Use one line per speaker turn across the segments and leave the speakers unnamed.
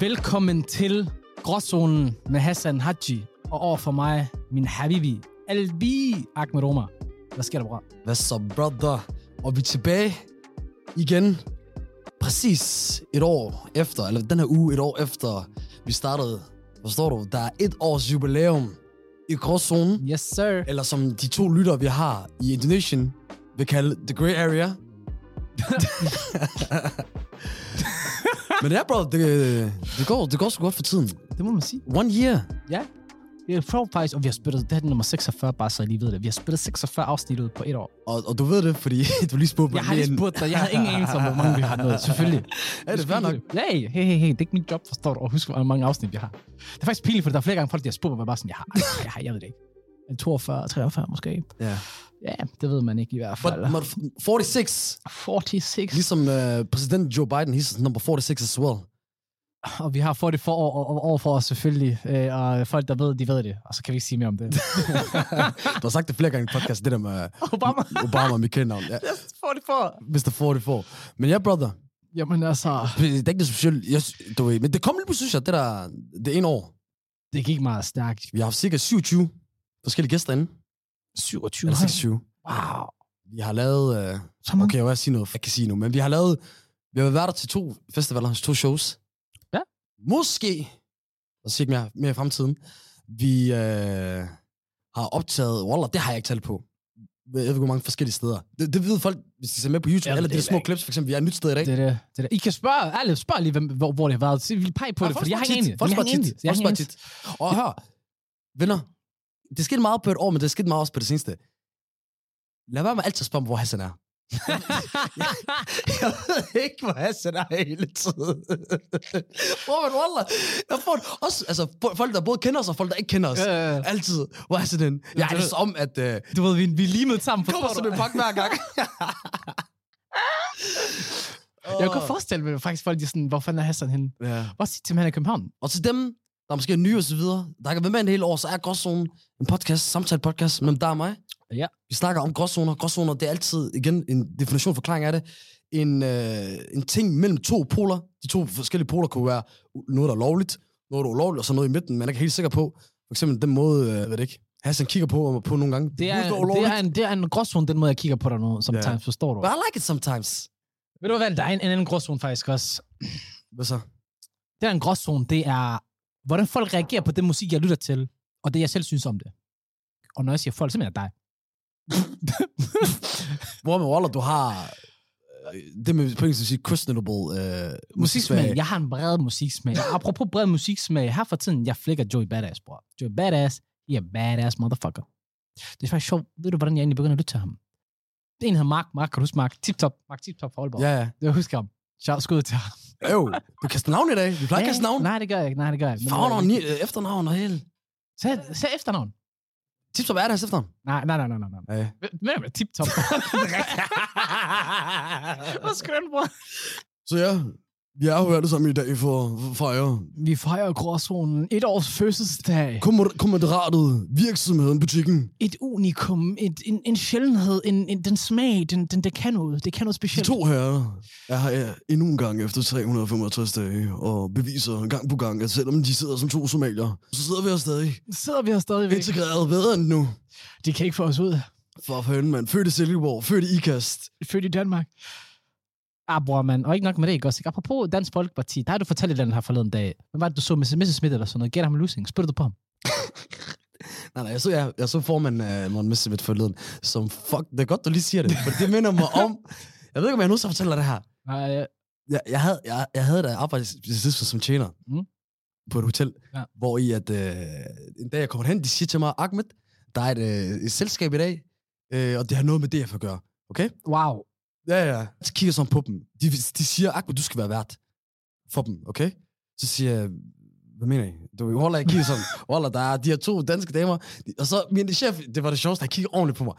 Velkommen til Gråzonen med Hassan Haji og over for mig, min habibi, Albi Ahmed Omar. Hvad sker der, bror?
Hvad så, brother? Og vi er tilbage igen. Præcis et år efter, eller den her uge et år efter, vi startede. Forstår du? Der er et års jubilæum i gråzonen.
Yes, sir.
Eller som de to lytter, vi har i Indonesien, vil kalde The Grey Area. Men ja, bro, det, det, går, det går sgu godt for tiden.
Det må man sige.
One year.
Ja. Vi er pro faktisk, og vi har spillet, det her er nummer 46, bare så I lige ved det. Vi har spillet 46 afsnit ud på et år.
Og, og du ved det, fordi du lige spurgte mig
Jeg har
lige
lige
inden.
spurgt dig, jeg havde ingen anelse om, hvor mange vi har nået, selvfølgelig.
Ja, det er fair nok.
Ja, hey, hey, hey, det er ikke mit job, forstår du, og husk, hvor mange afsnit vi har. Det er faktisk pinligt, for der er flere gange folk, der har spurgt mig, hvor jeg bare sådan, jeg har, jeg har, jeg ved det ikke. En 42, 43 måske.
Ja.
Ja, det ved man ikke i hvert
But,
fald.
but 46.
46.
Ligesom uh, præsident Joe Biden, he's number 46 as well.
Og vi har for det for over, over- over for os selvfølgelig, øh, og folk, der ved, de ved det. Og så kan vi ikke sige mere om det.
Du har sagt det flere gange i podcasten, det der med øh,
Obama.
Obama med kendenavn. Ja,
for det for.
Mr. 44. Men ja, brother.
Jamen altså,
Det er ikke det specielt. Jeg, sy- du ved, men det kom lige pludselig, synes jeg, det der, det ene år.
det gik meget stærkt.
Vi har haft cirka 27 forskellige gæster inde.
27.
Eller 26.
Wow.
Vi har lavet... Uh,
Så mange.
okay, jeg vil sige noget, jeg kan sige nu, men vi har lavet... Vi har været der til to festivaler, altså to shows.
Ja.
Måske, og se ikke mere, mere i fremtiden, vi øh, har optaget... Wallah, det har jeg ikke talt på. Jeg ved ikke, hvor mange forskellige steder. Det, det ved folk, hvis de ser med på YouTube,
Jamen,
eller de
det er
der små
ikke-
clips, for eksempel. Vi er et nyt sted i dag.
Det er det, det er det. I kan spørge, ærligt, spørg lige, hvem, hvor, hvor det har været. Se, Vi pege på det, fordi jeg har ingen.
Folk
Jeg har
spørger
ingen
tit.
anelse. Jeg
Folk
har ingen
spørger tit. Og hør, venner, det skete meget på et år, men det skete meget også på det seneste. Lad være med altid at spørge mig, hvor Hassan er. jeg ved ikke, hvor Hassan er hele tiden. Hvor man wallah. Jeg får det. også, altså, fo- folk, der både kender os, og folk, der ikke kender os.
anelse. Øh,
Altid, hvor er Hassan den? Jeg er
det-
det som, at øh,
du ved, vi, vi er limet sammen,
kommer
forstår
sådan en
du?
pakke hver gang.
Jeg kan forestille mig faktisk, folk de er sådan, hvor fanden er Hassan henne?
Ja.
Hvor siger til ham, han er i København?
Og til dem, der måske er nye og så videre, der kan være med en hel år, så er Gråzonen en podcast, samtale podcast mellem dig og mig.
Ja.
Vi snakker om gråzoner. Gråzoner, det er altid, igen, en definition, forklaring af det, en, øh, en ting mellem to poler. De to forskellige poler kunne være noget, der er lovligt, noget, der er ulovligt, og så noget i midten, man ikke er helt sikker på. For eksempel den måde, øh, jeg ved det ikke, Hassan kigger på mig på nogle gange.
Det er,
Husk, hvad
det
ulovligt.
er, en, det er en gråzone, den måde, jeg kigger på dig nu, sometimes, yeah. forstår du?
But I like it sometimes.
Ved du hvad, der er en, en anden gråzone faktisk også.
Hvad så?
Det der er en gråzone, det er, hvordan folk reagerer på den musik, jeg lytter til, og det, jeg selv synes om det. Og når jeg siger folk, så mener jeg dig.
Hvor med Waller, du har øh, det med på engelsk, at sige questionable øh,
musiksmag. Jeg har en bred musiksmag. Og apropos bred musiksmag, her for tiden, jeg flækker Joey Badass, bror. Joey Badass, he er badass motherfucker. Det er faktisk sjovt. Ved du, hvordan jeg egentlig begynder at lytte til ham? Det er en, der hedder Mark. Mark, kan du huske Mark? Tip top. Mark Tip top fra Aalborg.
Ja, ja.
Jeg husker ham. Shout skud til ham.
Øv, du kaster navn i dag. Vi plejer ikke at kaste navn.
Nej, det gør jeg ikke. Nej, det gør jeg ikke. Men-
Fagnavn, ni- øh, efternavn og hele.
Sæt, sæt efternavn.
Tips op er deres efternavn.
Nej, nej, nej, nej, nej. nej.
Ja.
Hvem er tip top? Hvad skal den, bror?
Så ja, vi er jo alle sammen i dag for at fejre.
Vi fejrer gråzonen. Et års fødselsdag.
Kommanderatet, virksomheden, butikken.
Et unikum. Et, en, en sjældenhed. En, en, den smag. Den, den, det kan noget. Det kan noget
De
specielt.
to herrer er her endnu en gang efter 365 dage og beviser gang på gang, at selvom de sidder som to somalier, så sidder vi her stadig
sidder vi her stadigvæk.
integreret bedre end nu.
De kan ikke få os ud.
For fanden, mand. Født i Silkeborg, født i Ikast.
Født i Danmark. Ah, bror, mand. Og ikke nok med det, ikke også? Ikke? Apropos Dansk Folkeparti, der har du fortalt et eller andet her forleden dag. Hvad var det, du så med Messerschmidt eller sådan noget? Gæt ham en losing. Spytter du på ham?
Nej, nej, jeg så, jeg, jeg så formanden af uh, Morten Messerschmidt forleden, som fuck, det er godt, du lige siger det, for det minder mig om, jeg ved ikke, om jeg nu så fortæller det her.
Nej, øh,
Jeg, jeg, havde, jeg, jeg havde da arbejdet sidst som tjener
Mm.
mm. på et hotel,
Ja.
ja. hvor i at, øh, en dag jeg kommer hen, de siger til mig, Ahmed, der er et, øh, et selskab i dag, øh, og det har noget med DF at gøre, okay?
wow.
Ja, ja. Så kigger jeg sådan på dem. De, de siger, Ahmed, du skal være vært for dem, okay? Så siger jeg, hvad mener I? Du er Walla, jeg kigger sådan, Walla, der er de her to danske damer. De- Og så min chef, det var det sjoveste, han kigger ordentligt på mig.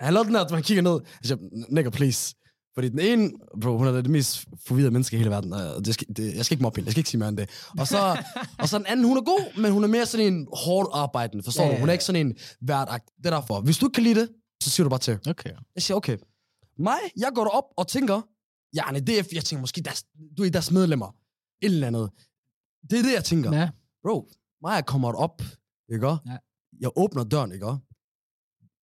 Han lavede den her, at man kigger ned. Jeg siger, nigger, please. Fordi den ene, bro, hun er det mest forvirrede menneske i hele verden. og Det skal, det, jeg skal ikke mobbe hende, jeg skal ikke sige mere end det. Og så, og så den anden, hun er god, men hun er mere sådan en hårdt arbejdende, forstår
Ja,
du?
ja,
Hun
ja.
er ikke sådan en værdagt. Det er derfor. Hvis du ikke kan lide det, så siger du bare til.
Okay.
Jeg siger, okay. Mig, jeg går derop og tænker, ja, nej, DF, jeg tænker måske, deres, du er deres medlemmer. Et eller andet. Det er det, jeg tænker.
Ja.
Bro, mig jeg kommer op, ikke?
Ja.
Ja. Jeg åbner døren, ikke?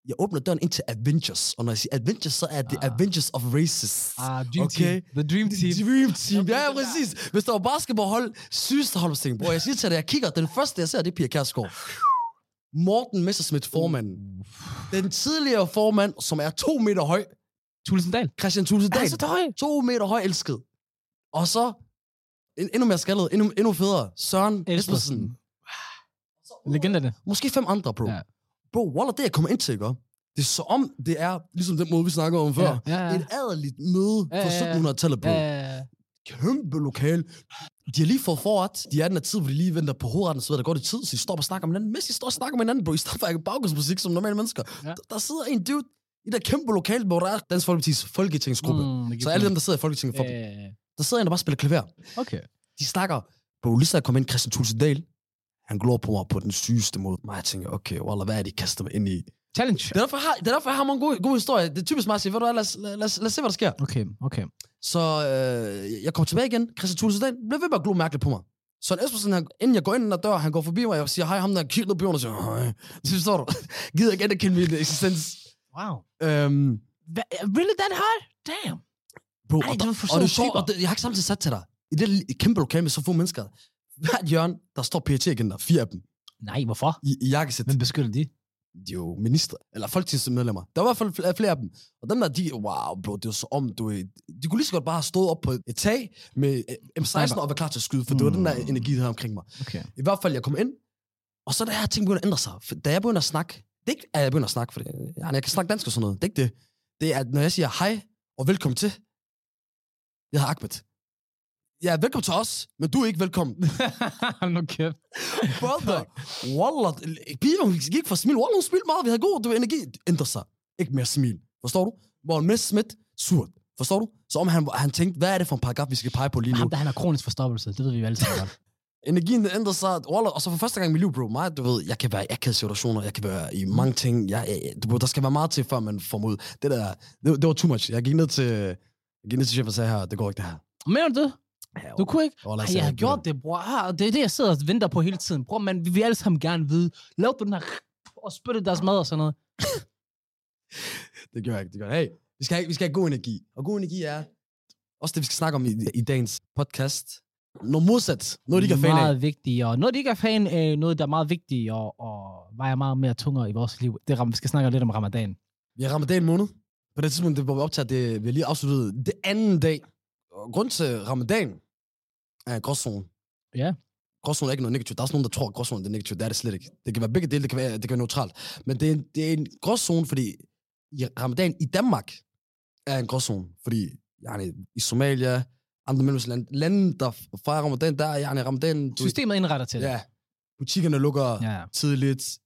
Jeg åbner døren ind til Avengers. Og når jeg siger Avengers, så er det
Ah.
ah. Avengers of Races. Ah.
Ah, Dream okay.
Okay.
Team. The Dream Team.
Dream Team.
Okay,
Ja, ja,
det der.
præcis. Hvis der var basketballhold, sygeste hold, ting, bror. Jeg siger til dig, jeg kigger, den første, jeg ser, det er Pia Kærsgaard. Morten Messerschmidt, formanden. Den tidligere formand, som er to meter høj.
Tulsendal.
Christian Thulesen
Er
Dahl.
han så høj?
To meter høj elsket. Og så en- endnu mere skaldet, endnu, endnu federe, Søren Espersen.
Legenderne.
Måske fem andre, bro.
Ja.
Ja. Bro, Waller, det jeg kommer ind til, ikke? Det er så om, det er ligesom den måde, vi snakker om før. Ja.
Ja, ja,
Et adeligt møde
Ja,
fra
ja, ja.
1700-tallet, bro.
ja, ja.
Kæmpe lokal. De har lige fået forret. De er den her tid, hvor de lige venter på hovedretten, så ved der går det tid, så de står og snakker med hinanden. Mens de står og snakker med hinanden, bro, i stedet for at have baggrundsmusik som normale mennesker.
Ja.
Ja. Der, der, sidder en dude i der kæmpe lokal, hvor der er Dansk Folkeparti's folketingsgruppe. Mm,
det giver
så alle dem,
mening.
der sidder i Folketinget, for
Ja,
dem.
ja, ja.
der sidder en, der bare spiller klaver.
Okay.
de snakker, bro, lige så jeg kom ind, Christian Thulesen Dahl, han glor på mig på den sygeste måde. Mig, jeg tænker, okay, Wallah, hvad er det, I kaster mig ind i? Det
Challenge.
er derfor, jeg har, det er derfor, jeg har mange gode, gode historier. Det er typisk mig at sige, ved du hvad, lad os, lad, lad, os- lad os se, hvad der sker.
Okay, okay.
Så øh, jeg kommer tilbage igen, Christian Thulesen Dahl blev ved med at glo mærkeligt på mig. Så Espersen, han, inden jeg går ind i den der dør, han går forbi mig, og jeg siger, hej, ham der kilder på jorden, og siger, hej. Så forstår du, gider ikke anerkende min eksistens.
Wow.
Øhm,
Hva, really that high? Damn.
bro,
Ej,
og,
det
der,
var for
og det
sådan
er sjovt,
typer.
og det, jeg har ikke samtidig sat til dig. I det lille- kæmpe lokale med så få mennesker, hvert hjørne, der står PET igen der, fire af dem.
Nej, hvorfor?
i, i jakkesæt.
Hvem beskytter de?
de er jo minister, eller folketingsmedlemmer. Der var i hvert fald flere- flere af dem. Og dem der, de, wow, bro, det var så om, du ved. De kunne lige så godt bare have stået op på et tag med øh, M16 og være klar til at skyde, for det var
Mm.
den der energi, der havde omkring mig.
Okay.
I hvert fald, jeg kom ind, og så da her ting begynder at ændre sig. For da jeg begynder at snakke, det er ikke, at jeg begynder at snakke, for det, jeg, jeg kan snakke dansk og sådan noget, det er ikke det. Det er, at når jeg siger hej og velkommen til, jeg hedder Ahmed. Ja, velkommen til os, men du er ikke velkommen.
Hold nu kæft.
Brother, Wallah, pigen hun gik fra smil. Wallah, hun smilte meget, vi havde god du, ved, energi. Det ændrer sig. Ikke mere smil. Forstår du? Morten Messerschmidt, surt. Forstår du? Så om han, han tænkte, hvad er det for en paragraf, vi skal pege på lige nu?
Ham, der han har kronisk forstoppelse, det ved vi jo alle sammen godt.
Energien den ændrer sig. Wallah, og så for første gang i mit liv, bro, mig, du ved, jeg kan være i akavede situationer, jeg kan være i mange ting. Jeg, jeg, du, ved, der skal være meget til, før man får mod. Det der, det, det var too much. Jeg gik ned til, jeg gik ned til chef og sagde her, det går ikke det her.
Mener du det?
Ja,
Du kunne ikke?
Wallah,
Ej,
sagde,
jeg har gjort det, bror. Ah, det er det, jeg sidder og venter på hele tiden. Bror, men vi vil alle sammen gerne vide. Lav du den her og spytte deres mad og sådan noget.
Det gjorde jeg ikke. Det gjorde jeg. ikke. Hey, vi skal, have, vi skal have god energi. Og god energi er også det, vi skal snakke om i, i dagens podcast. Noget modsat. Noget, de ikke er fan af.
Meget vigtigt, og noget, de ikke er fan af, noget, der er meget vigtigt, og, og vejer meget mere tungere i vores liv. Det er, ram- vi skal snakke lidt om ramadan.
Vi har ramadan måned. På det tidspunkt, det, hvor vi optager det, vi har lige afsluttet det anden dag. Og grund til ramadan er en gråzone.
Ja.
Gråzone er ikke noget negativt. Der er også nogen, der tror, at gråzone er negativt. Det er det slet ikke. Det kan være begge dele, det kan være, det kan være neutralt. Men det er, en, det er en gråzone, fordi i ramadan i Danmark er en gråzone. Fordi yani, i Somalia, andre medlemslande, lande, der fejrer ramadan, der er yani, ramadan... du-
Systemet indretter til det.
Ja. Butikkerne lukker ja.
ja.
tidligt.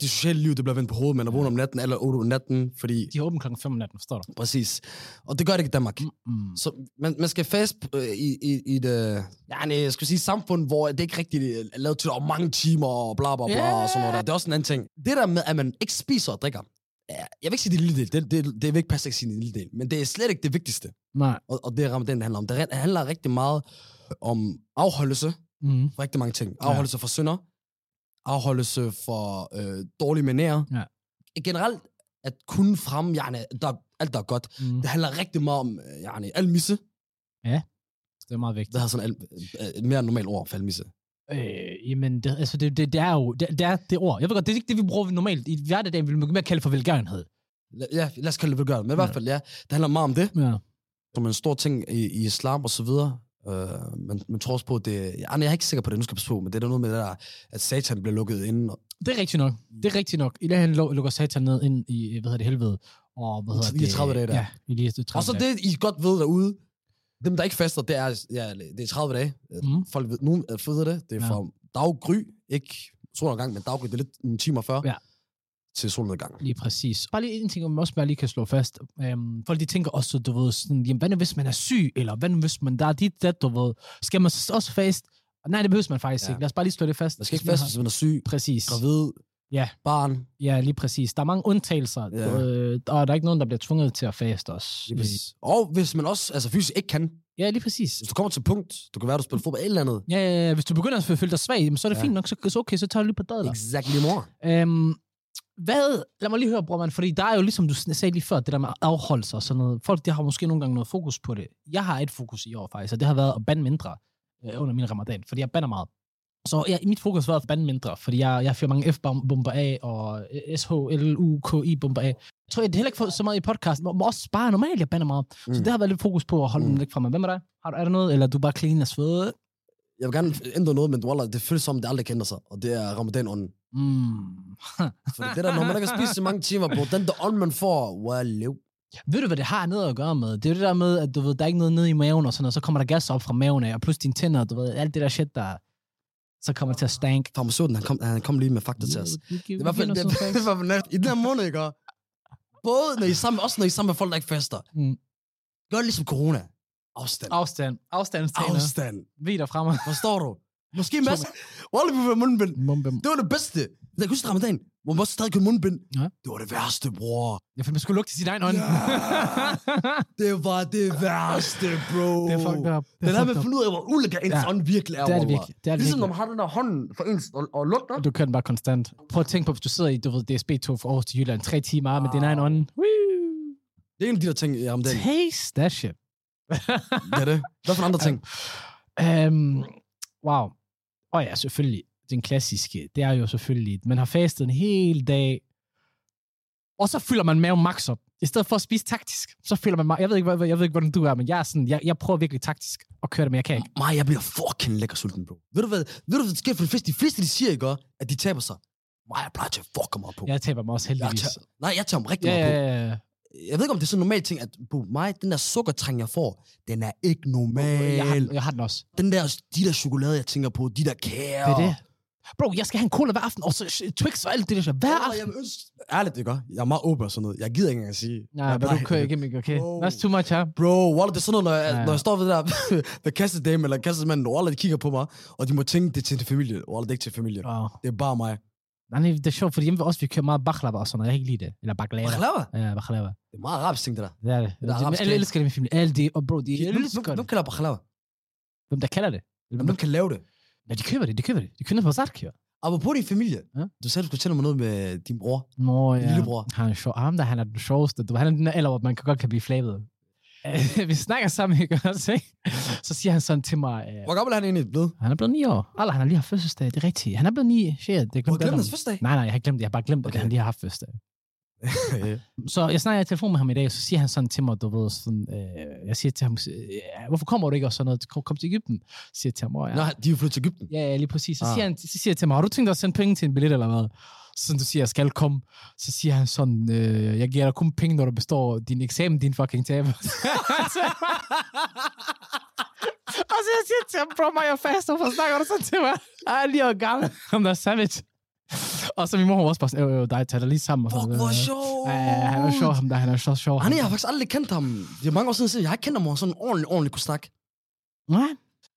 Det sociale liv, det bliver vendt på hovedet. Man er vågen om natten eller 8 om natten, fordi
De er åbent klokken 5 om natten, forstår du?
Præcis. Og det gør det ikke i Danmark. Mm.
Mm.
Så man, man skal fast øh, i, i, i et, øh, ja, nej, jeg skulle sige, samfund, hvor det ikke rigtig er lavet til, og mange timer og bla bla bla
Ja.
yeah. og sådan noget. Der. Det er også en anden ting. Det der med, at man ikke spiser og drikker, ja, jeg vil ikke sige det er en lille del, det, det, det vil ikke passe at sige det er en lille del, men det er slet ikke det vigtigste,
Nej.
og, og det er ramadan, det handler om. Det re- handler rigtig meget om afholdelse
Mm.
for rigtig mange ting. Afholdelse for synder, afholdelse for øh, dårlige manerer.
Ja.
Generelt at kunne fremme ja, der, alt, der er godt.
Mm.
Det handler rigtig meget om øh, yani, almisse.
Det er meget vigtigt.
Det har sådan al, øh, et mere normalt ord for almisse.
Øh, jamen, det, altså, det, det, det er jo det, det, er det ord. Jeg ved godt, det er ikke det, vi bruger normalt. I hverdagen vil man mere kalde for velgørenhed.
La- Ja, lad os kalde det velgørende. Men i
Ja.
hvert fald, ja, det handler meget om det,
Ja.
som er en stor ting i, i islam og så videre. Uh, man, man tror også på, at det... Ja, nej, jeg er ikke sikker på det, nu skal jeg passe på, men det er der noget med det der, at satan bliver lukket ind. Og,
Det er rigtigt nok. Det er rigtigt nok. I dag han lu- lukker satan ned ind i, hvad hedder det, helvede. Og hvad hedder
I de 30
det?
dage der.
Ja, i lige 30
og så
dage.
det, I godt ved derude, dem, der ikke faster, det er, ja, det er 30 dage.
Mm.
Mm. Folk ved, nogen øh, ved det, det er
Ja.
ja. fra daggry, ikke solnedgang, men daggry, det er lidt en time før,
Ja.
til solnedgang.
Lige præcis. Bare lige en ting, om også bare lige kan slå fast. Øhm, folk de tænker også, du ved, sådan, jamen, hvad nu hvis man er syg, eller hvad nu hvis man der er dit, det, du ved. Skal man så også fast? Nej, det behøver man faktisk ja.
Ja.
ikke. Lad os bare lige slå det fast.
Man skal ikke
Hvis
faste, hvis man er syg,
Præcis.
gravid,
Ja.
Barn.
Ja, lige præcis. Der er mange undtagelser,
Ja.
ja. øh, og der er ikke nogen, der bliver tvunget til at faste os.
Lige præcis. Og hvis man også altså fysisk ikke kan,
Ja, lige præcis.
hvis du kommer til et punkt, du kan være, du spiller fodbold eller et eller andet.
Ja, ja, ja, hvis du begynder at føle dig svag, jamen, så er det
Ja.
ja. fint nok, så, så okay, så tager du lige på dadler.
Exakt lige mor.
Øhm, hvad, lad mig lige høre, bror, man, fordi der er jo ligesom du sagde lige før, det der med afholdelse og sådan noget. Folk, de har måske nogle gange noget fokus på det. Jeg har et fokus i år faktisk, og det har været at bande mindre øh, under min ramadan, fordi jeg bander meget. Så ja, mit fokus har været at bande mindre, fordi jeg, jeg fyrer mange F-bomber af, og øh, SHLUKI-bomber af. Jeg tror, jeg det er heller ikke for, så meget i podcasten, men også bare normalt, jeg bander meget. Mm.
Mm.
Så det har været lidt fokus på at holde mm.
Mm.
dem væk fra mig. Hvem er dig? Har du, er der noget, eller er du bare clean og svede?
Jeg vil gerne ændre noget, men wallah, det føles som, det aldrig kender sig. Og det er ramadan-ånden.
Mm.
For det der, når man ikke har spist så mange timer, bro, den der ånd, man får, wallah.
Ved du, hvad det har noget at gøre med? Det er jo det der med, at du ved, der er ikke noget nede i maven og sådan noget, så kommer der gas op fra maven af, og plus dine tænder, du ved, alt det der shit, der så kommer det til at stank.
Farmaceuten, han kom, han kom lige med fakta til os. Det var fald, det, det var fald, i den her måned, ikke? Og Både når I er sammen, også når I er sammen med folk, der ikke fester.
Mm.
Gør det ligesom corona. Afstand.
Afstand. Afstandstænder. Afstand.
Afstand.
Ved dig fra mig.
Forstår du? Måske masser. Wallah, vi var mundbind.
Mumbem.
Det var det bedste. Jeg kan huske ramadan, hvor man også stadig kunne mundbind.
Ja.
Det var det værste, bror.
Jeg følte, man skulle lugte sin egen ånd.
Ja. Det var det værste, bro.
det er fucked up. Det
Det
er
der med
fucked
at
up.
finde ud af, hvor ulækker ens
Ja.
ånd virkelig er.
Det er det
wallah.
virkelig. Det er det
Ligesom når
virkelig.
man har den der hånd for ens og, og lugter.
Du kører den bare konstant. Prøv at tænke på, hvis du sidder i, du ved, DSB-tog fra Aarhus til Jylland, tre timer med din
Ah.
egen ånd. Woo.
Det er en af de der ting, ja, om det.
Taste that shit.
Det er det. Hvad for andre ting?
Um, wow. Og ja, selvfølgelig. Den klassiske, det er jo selvfølgelig, man har fastet en hel dag, og så fylder man maven max op. I stedet for at spise taktisk, så fylder man ma- Jeg ved ikke, hvad- jeg ved ikke hvordan du er, men jeg, er sådan, jeg, jeg prøver virkelig taktisk at køre det, men jeg kan ikke.
Maja, jeg bliver fucking lækker sulten, bro. Ved du hvad, ved du, hvad der sker for de fleste? De fleste, de siger ikke, at de taber sig. Maja, jeg plejer til at fucke mig på.
Jeg taber mig også
jeg
heldigvis.
tager, nej, jeg tager mig rigtig
Ja,
meget
ja,
på.
ja, ja.
Jeg ved ikke, om det er sådan en normal ting, at bro, mig, den der sukkertræng, jeg får, den er ikke normal.
Jeg har, jeg har den også.
Den der, de der chokolade, jeg tænker på, de der kager.
Det er det. Bro, jeg skal have en cola hver aften, og så sh- Twix og alt det der. Hver
Wallah,
aften.
jeg vil ønske, ærligt, det gør. Jeg er meget åben og sådan noget. Jeg gider ikke engang at sige.
Nej,
jeg
hvad du
plejer-
kører igennem, ikke? okay?
Bro.
That's too much, ja.
Bro, Waller, det er sådan noget, når jeg,
Ja,
ja.
ja.
når jeg står ved det der, der kastedame eller kastesmanden, Waller, de kigger på mig, og de må tænke, det er til familie. Waller, det er ikke til familie.
Wow.
Det er bare mig.
Nej, nej, det er sjovt, fordi hjemme ved os, vi kører meget baklava og sådan noget. Jeg kan ikke lide det. Eller baklava.
Baklava?
Ja, baklava.
Det er meget arabisk ting, det der.
Det er det.
er
det er
arabisk
alle
kage.
elsker det med film. Alle de, og bro, de
Hvem-
elsker
hvem-
det.
Hvem kalder baklava?
Hvem der kalder det? Eller hvem,
Hvem kan lave det?
ja, de køber det, de køber det. De køber det på Zarkio.
Apropos din familie.
Ja.
Du sagde, du skulle tælle mig noget med din bror.
Nå,
Din
ja.
lillebror.
Han er sjov. Ham der, han er den sjoveste. Du, han er den der alder, hvor man kan godt kan blive flabet. Øh, vi snakker sammen, ikke også, ikke? Så siger han sådan til mig, øh,
Hvor gammel er han egentlig blevet?
han er blevet 9 år. Eller han har lige haft fødselsdag, det er rigtigt. Han er blevet 9, shit, det
Du har
glemte
glemt
jeg.
hans fødselsdag.
Nej, nej, jeg har ikke glemt det. Jeg har bare glemt, okay.
Okay.
at han lige har haft fødselsdag. Så jeg snakker i telefon med ham i dag, og så siger han sådan til mig, du ved, sådan, øh, jeg siger til ham, øh, hvorfor kommer du ikke, og sådan noget, kom, kom til Ægypten, siger jeg til ham, "Åh, ja.
Nå, de er jo flyttet til Ægypten.
Ja, ja, lige præcis. Så,
Ah.
ah. siger han, så siger jeg til mig, har du tænkt dig at sende penge til en billet eller hvad? Så du siger, jeg skal komme. Så siger han sådan, øh, jeg giver dig kun penge, når du består din eksamen, din fucking taber. og så jeg siger til ham, bro, mig, jeg faster, hvorfor snakker du sådan til mig? "Ah, Jeg er lige år gammel, ham der er savage. og så min mor hun var også bare sådan, øh, øh, dig, tag dig lige sammen. og sådan
Fuck,
noget.
hvor sjovt.
Ja, ja, han er sjov, ham der, han er så sjov.
Han, jeg har faktisk aldrig kendt ham. Det er mange år siden, siden. jeg har ikke kendt ham, hvor han sådan ordentligt, ordentligt kunne snakke.
Nej,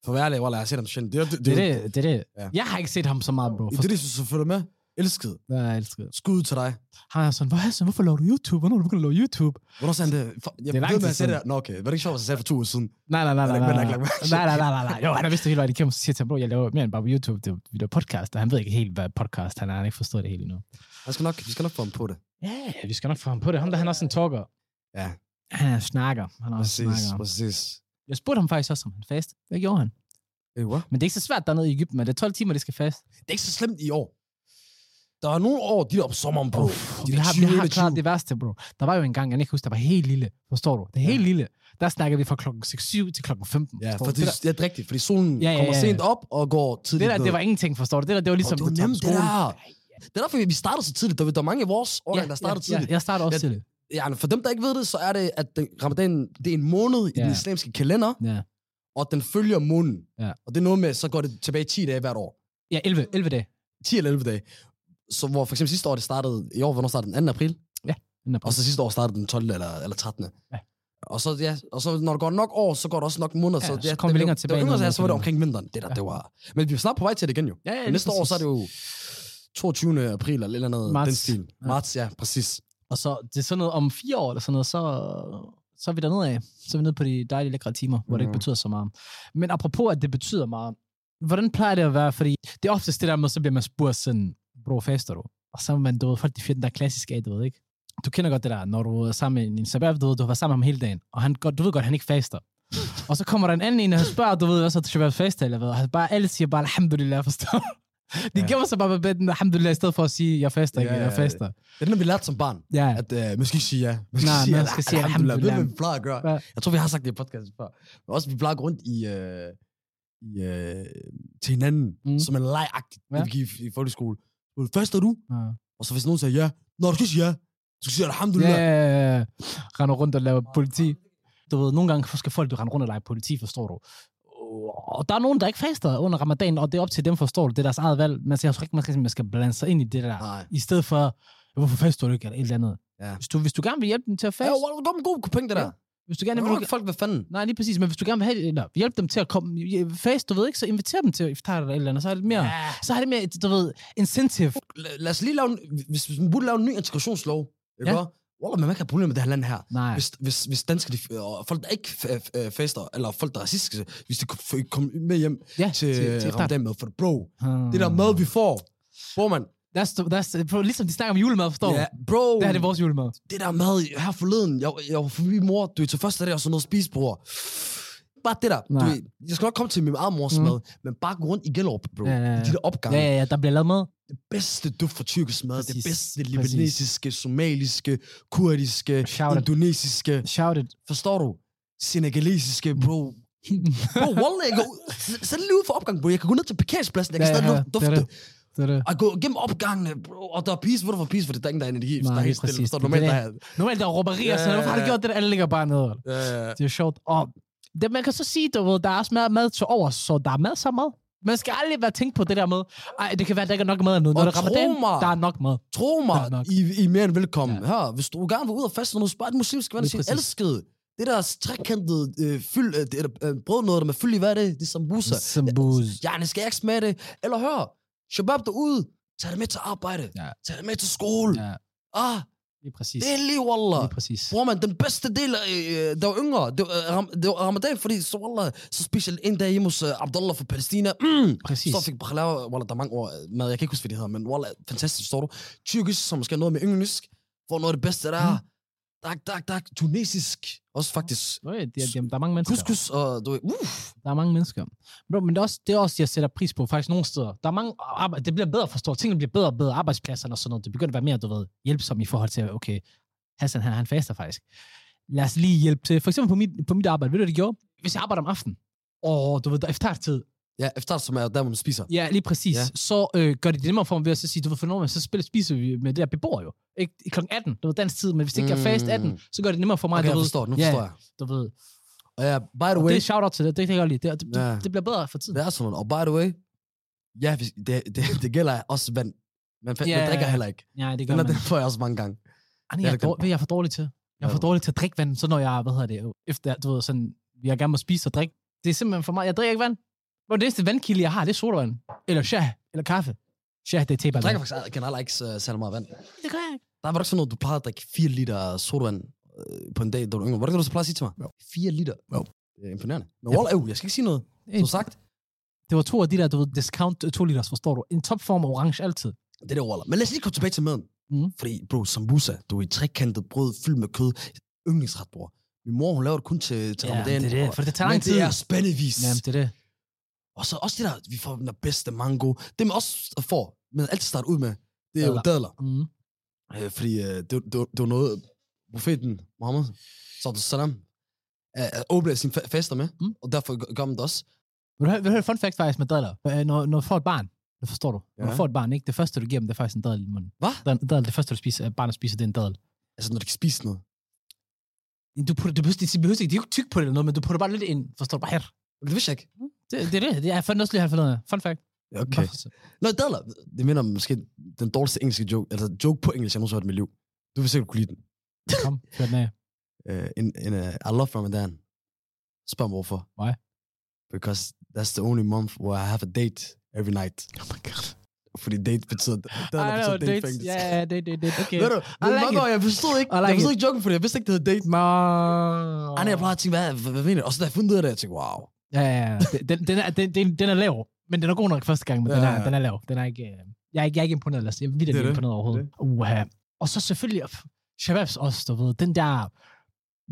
For at være ærlig, Wallah, jeg har set ham sjældent. Det, er- det,
det er det, det er det.
Ja.
Jeg har ikke set ham så meget, bro.
Det er det, du følger med. Elsket.
Ja, jeg elsker det.
Skud til dig.
Han er sådan, "Hvad, Hassan, hvorfor laver du YouTube? Hvornår er du begyndt at lave YouTube?
Hvornår sagde han det? For, jeg
Det er lang
ved,
tid
hvad jeg sagde
siden.
der. Nå, okay. Var det ikke sjovt, at jeg sagde for to uger siden?
Nej, nej, nej,
Han er
nej, nej,
ikke med,
nej,
han er ikke lagt mærke til.
nej, nej, nej, nej, nej. Jo, han har vidst det hele vejen igennem, så siger jeg til ham, bro, jeg laver mere end bare på YouTube, det er video podcast, og han ved ikke helt, hvad podcast han er, han har ikke forstået det hele endnu.
Han skal nok, vi skal nok få ham på det.
Ja, vi skal nok få ham på det. Ham der, han er også en talker.
Ja.
Han er snakker. Han er også en
Præcis,
snakker.
præcis.
Jeg spurgte ham faktisk også, om han fast. Det gjorde han.
Hey, what?
Men det er ikke så svært dernede i Ægypten, men det er 12 timer, det skal fast.
Det er ikke så slemt i år. Der er nogle år, de er op sommeren på.
vi har, vi har klart det værste, bro. Der var jo en gang, jeg kan ikke huske, der var helt lille. Forstår du? Det er helt lille. Der snakkede vi fra klokken 6-7 til klokken 15.
Ja,
forstår du?
for det,
det, der,
det er rigtigt, fordi solen ja,
Ja,
ja,
ja,
kommer
ja.
sent op og går tidligt
det der, det var ingenting, forstår du? Det der, det var ligesom...
ligesom, det var
du tager på
nemt, det
skolen.
der. Det er derfor, vi startede så tidligt. Der var- der er mange i vores årgang, der startede
ja,
tidligt.
ja, jeg startede også
Jeg-
tidligt.
Ja, for dem, der ikke ved det, så er det, at den, ramadan, det er en måned i den
Ja.
islamiske kalender,
Ja.
og den følger månen.
Ja.
Og det er noget med, så går det tilbage 10 dage hvert år.
Ja, 11, 11 dage.
10 eller 11 dage. Så hvor for eksempel sidste år, det startede, i år, hvornår startede den 2. april?
Den er
Og så sidste år startede den 12. eller, eller 13.
Ja.
Og så, ja, og så når det går nok år, så går der også nok måneder.
Ja,
så,
så kommer vi
det-
længere
Det
tilbage
var yngre,
noget
så, jeg, så var det
mere.
omkring vinteren. Det der,
Ja.
det var. Men vi er snart på vej til det igen jo.
ja,
Næste år, så er det jo 22. april eller et eller andet.
Marts.
Den stil.
Ja.
Marts, ja, præcis.
Og så, det er sådan noget, om fire år eller sådan noget, så, så er vi dernede af. Så er vi nede på de dejlige lækre timer, hvor mm. det ikke
Mhm.
betyder så meget. Men apropos, at det betyder meget, hvordan plejer det at være? Fordi det er oftest det der med, så bliver man spurgt sådan, bro, fester du? Og så er man, du ved, folk de fyrer den der klassiske af, du ved ikke? Du kender godt det der, når du er sammen med en sabbat, du ved, du har været sammen med ham hele dagen, og han, godt, du ved godt, han ikke faster. og så kommer der en anden en, og han spørger, du ved, hvad så, du skal være faste, eller hvad? Og han bare, alle siger bare, alhamdulillah, forstår du? De
Ja.
gemmer sig bare på bedden, alhamdulillah, i stedet for at sige, jeg faster ikke,
Ja,
jeg
ja, ja.
faster.
Det er den, vi lærte som barn.
Ja,
At øh, man skal ikke sige ja. Man skal
Nej,
sige,
man
al-
skal sige
alhamdulillah. Det er
alhamdulillah.
det, vi plejer at gøre.
Ja.
Jeg tror, vi har sagt det i podcasten før. Men også, vi plejer at gå rundt i, øh, i, øh, til hinanden,
Mm.
mm. som en legagtigt, ja.
Ja.
det vi gik i, i folkeskole. Faster du?
ja.
Og så hvis nogen siger ja, når du skal ikke sige ja, du skal sige
Ja,
alhamdulillah.
ja, ja. Render rundt og laver politi. Du ved, nogle gange skal folk jo rende rundt og lege politi, forstår du. Og der er nogen, der ikke faster under ramadanen, og det er op til dem, forstår du. Det er deres eget valg. Men så jeg tror ikke, man skal, man skal blande sig ind i det der.
Nej.
I stedet for, hvorfor faster du ikke, eller et eller andet.
Ja.
Hvis, du, hvis du gerne vil hjælpe dem til at
Ja,
faste,
wow, det var en god point, det
Ja.
der.
hvis du
Ja,
gerne
nemlig,
vil...
folk, hvad fanden?
Nej, lige præcis, men hvis du gerne vil have, eller, hjælpe dem til at komme faste, du ved ikke, så inviter dem til iftar eller et eller andet, så er det mere, ja.
Ja.
så har det mere, du ved, incentive.
Lad, lad os lige lave en, hvis, hvis man burde lave en ny integrationslov,
Ja.
ikke ja. Wallah, man ikke har problemer med det her land her.
Nej,
Hvis, hvis, hvis danskere, de, øh, og folk, der ikke f- f- øh, fester, eller folk, der er racistiske, hvis de kunne f- komme med hjem
ja,
til, til
iftar.
Ramadan med, for bro,
Hmm.
det der mad, vi får, bro, man,
That's, the- that's, bro, ligesom de snakker om julemad, forstår du?
ja, bro,
Det her det er vores julemad.
det der mad her forleden, jeg, jeg var forbi mor, du er til første dag, og sådan noget spise, bror. Bare det der. Du,
Nej.
ved, jeg skal nok komme til min egen mors
Mm.
mad, men bare gå rundt i Gellerup, bro.
Ja, ja, ja.
I de der opgange.
Ja, ja, ja, der bliver lavet mad.
bedste duft fra tyrkisk mad,
Præcis,
det bedste
præcis.
libanesiske, somaliske, kurdiske,
Shout out.
indonesiske,
Shout it.
forstår du? Senegalesiske, bro. Bro, wallah, jeg går ud. S- Sæt det lige ud for opgangen, bro. Jeg kan gå ned til parkeringspladsen, jeg kan
Ja,
stadig
ja,
lugte-
det er
dufte.
det er det.
Og gå gennem opgangene, bro. Og der er peace, hvor der var peace, for det er der ingen, der er energi. hvis
Nej,
der er
lige
helt stille,
præcis.
forstår du?
Det er
Normalt, der
det.
er...
Normalt der er råberier,
Ja,
så hvorfor har
ja,
du
ja.
gjort det? Alle ligger bare nede. eller?
Ja, ja, ja.
Det er sjovt. Og det, man kan så sige, du ved, der er også mad, mad til over, så der er mad så mad. Man skal aldrig være tænkt på det der med, ej, det kan være, der ikke er nok mad endnu. Når
Og
det rammer
tro
den,
mig.
der er nok mad.
Tro mig,
Godt nok.
I, I er mere end velkommen. Ja. Her, hvis du gerne vil ud og feste noget, spørg et muslimsk vand,
Lige
sin
præcis.
elskede. Det der trekantede øh, fyld, øh, det er der, øh, brød noget, der med fyld i, hvad er det? Ligesom Det er sambusa.
Sambuz.
Ja, han skal jeg ikke smage det. Eller hør, shabab derude, tag det med til arbejde.
Ja.
Tag det med til skole. Ja.
Ja,
Ah,
lige præcis.
det er lige, wallah.
Lige præcis.
Bror man, den bedste del, øh, der var yngre, det var, øh, ram- det var ramadan, fordi så, wallah, så spiste jeg en dag hjemme hos øh, Abdullah fra Palæstina. Mm.
Præcis.
Så fik baklava, wallah, der er mange ord, øh, mad, jeg kan ikke huske, hvad det hedder, men wallah, fantastisk, står du. Tyrkisk, som måske er noget med engelsk, hvor noget af det bedste, der er. Mm. Dak, dak, dak, tunesisk, også faktisk.
Nå ja, det er, jamen, der er mange mennesker.
Couscous, og du ved, uff.
Der er mange mennesker. Bro, men det er, også, det er også, jeg sætter pris på faktisk nogle steder. Der er mange arbejde, det bliver bedre forstået. Tingene bliver bedre og bedre. Arbejdspladserne og sådan noget. Det begynder at være mere, du ved, hjælpsom i forhold til, okay, Hassan, han, han faster faktisk. Lad os lige hjælpe til. For eksempel på mit, på mit arbejde, ved du, hvad de gjorde? Hvis jeg arbejder om aftenen, og du ved, der er eftertid.
Ja, efter som er der, hvor man spiser.
Ja, lige præcis.
Ja.
Ja. Så øh, gør de det nemmere for mig ved at så sige, du ved, for normalt, så spiller, spiser vi med det der beboer jo. Ikke? I Klokken 18, du ved, dansk tid, men hvis ikke jeg er fast
Mm.
18, så gør det nemmere for mig,
Okay,
du
jeg
ved,
forstår, nu
Ja.
forstår jeg.
du ved.
Og ja, by the
Og
way,
det er shout-out til det, det kan jeg godt lide. Det, det,
Ja.
det, det bliver bedre for tiden.
det er sådan noget. Og by the way, ja, hvis- det, det, det gælder også vand. Man, fa-
Ja,
man
ja,
drikker
ja.
heller ikke.
Ja, det gør
Den, er-
man.
den får jeg også mange gange.
Ej, nej,
Ja,
jeg, er
det kan-
dårlig, jeg er for dårlig til. Jeg er
Ja.
for dårlig til at drikke vand, så når jeg, hvad hedder det, efter, du ved, sådan, jeg gerne må spise og drikke. Det er simpelthen for mig. Jeg drikker ikke vand. Hvor det eneste vandkilde, jeg har, det er sodavand. Eller shah, eller kaffe. Shah, det er
Jeg
tebal.
drikker faktisk generelt ikke så- særlig meget vand.
Det gør jeg ikke.
Der var det ikke sådan noget, du plejede at drikke 4 liter sodavand øh, på en dag, da du var yngre. Var det ikke det, du så plejede at sige til mig?
Jo.
4 liter?
Jo.
Det er imponerende. Men
Ja.
wallah, øv, jeg skal ikke sige noget. Som sagt,
Det var to af de der, du ved, discount 2 liters, forstår du. En topform af orange altid.
det der wallah. Men lad os lige komme tilbage til maden.
Mhm.
Fordi, bro, sambusa, du er i trekantet brød fyldt med kød. Yndlingsret, bror. Min mor, hun laver det kun til, til ramadan.
det er det, for det tager
Men
lang tid.
det er spændevis.
Jamen, det er det.
Og så også det der, vi får den der bedste mango. Det man også får, men altid starte ud med, det er jo
Dadler.
dadler.
Mm.
Øh, fordi øh, det, det, det var noget, profeten Mohammed, sallallahu salam, øh, åbnede sine fe- fester med,
Mm.
mm. og derfor gør- gør man det også.
Vil du høre, vil du høre et fun fact faktisk med dadler? Øh, Når, når du får et barn, det forstår du. Når du
Ja.
får et barn, ikke? Det første, du giver dem, det er faktisk en dadel i munden.
Hva?
Den- Dadel, det første, du spiser, øh, barnet spiser, det er en dadel.
Altså, når de kan spise noget.
Du, putter, du, behøver, de behøver ikke, de er jo ikke tyk på det eller noget, men du putter bare lidt ind, forstår du, bare her.
Det vidste jeg ikke.
Det, det er det, det er fandt også lige her forleden. Fun fact.
Okay.
Bare for-
Nå, dadler. Det minder om måske den dårligste engelske joke, altså joke på engelsk, jeg nogensinde har hørt i mit liv. Du vil sikkert kunne lide den.
Kom, kør den af.
Uh, in, in, uh, I love Ramadan. Spørg mig hvorfor.
Why?
Because that's the only month where I have a date every night.
Oh my god.
fordi date betyder... Der
I know,
betyder date,
dates.
faktisk.
Ja, ja, det, det, det, okay.
Ved
I
du, det er
like
mange
it.
år, jeg forstod ikke,
I like
jeg forstod
it.
ikke joken, fordi jeg vidste ikke, det hed date.
Nå.
Ej, nej, jeg plejer at tænke, hvad, hvad, hvad mener du? Og så da jeg fundet ud af det, jeg tænkte, wow.
Ja, ja, ja. Den, den, er, den, den, den er lav, men den er god nok første gang, men ja, den,
Ja,
er,
ja.
den er lav. Den er ikke, øh, jeg, er ikke, jeg er ikke imponeret, Lasse. Jeg er vildt
Det er
ikke
det.
imponeret overhovedet. Uha. Og så selvfølgelig, pff, shababs også, du ved, den der,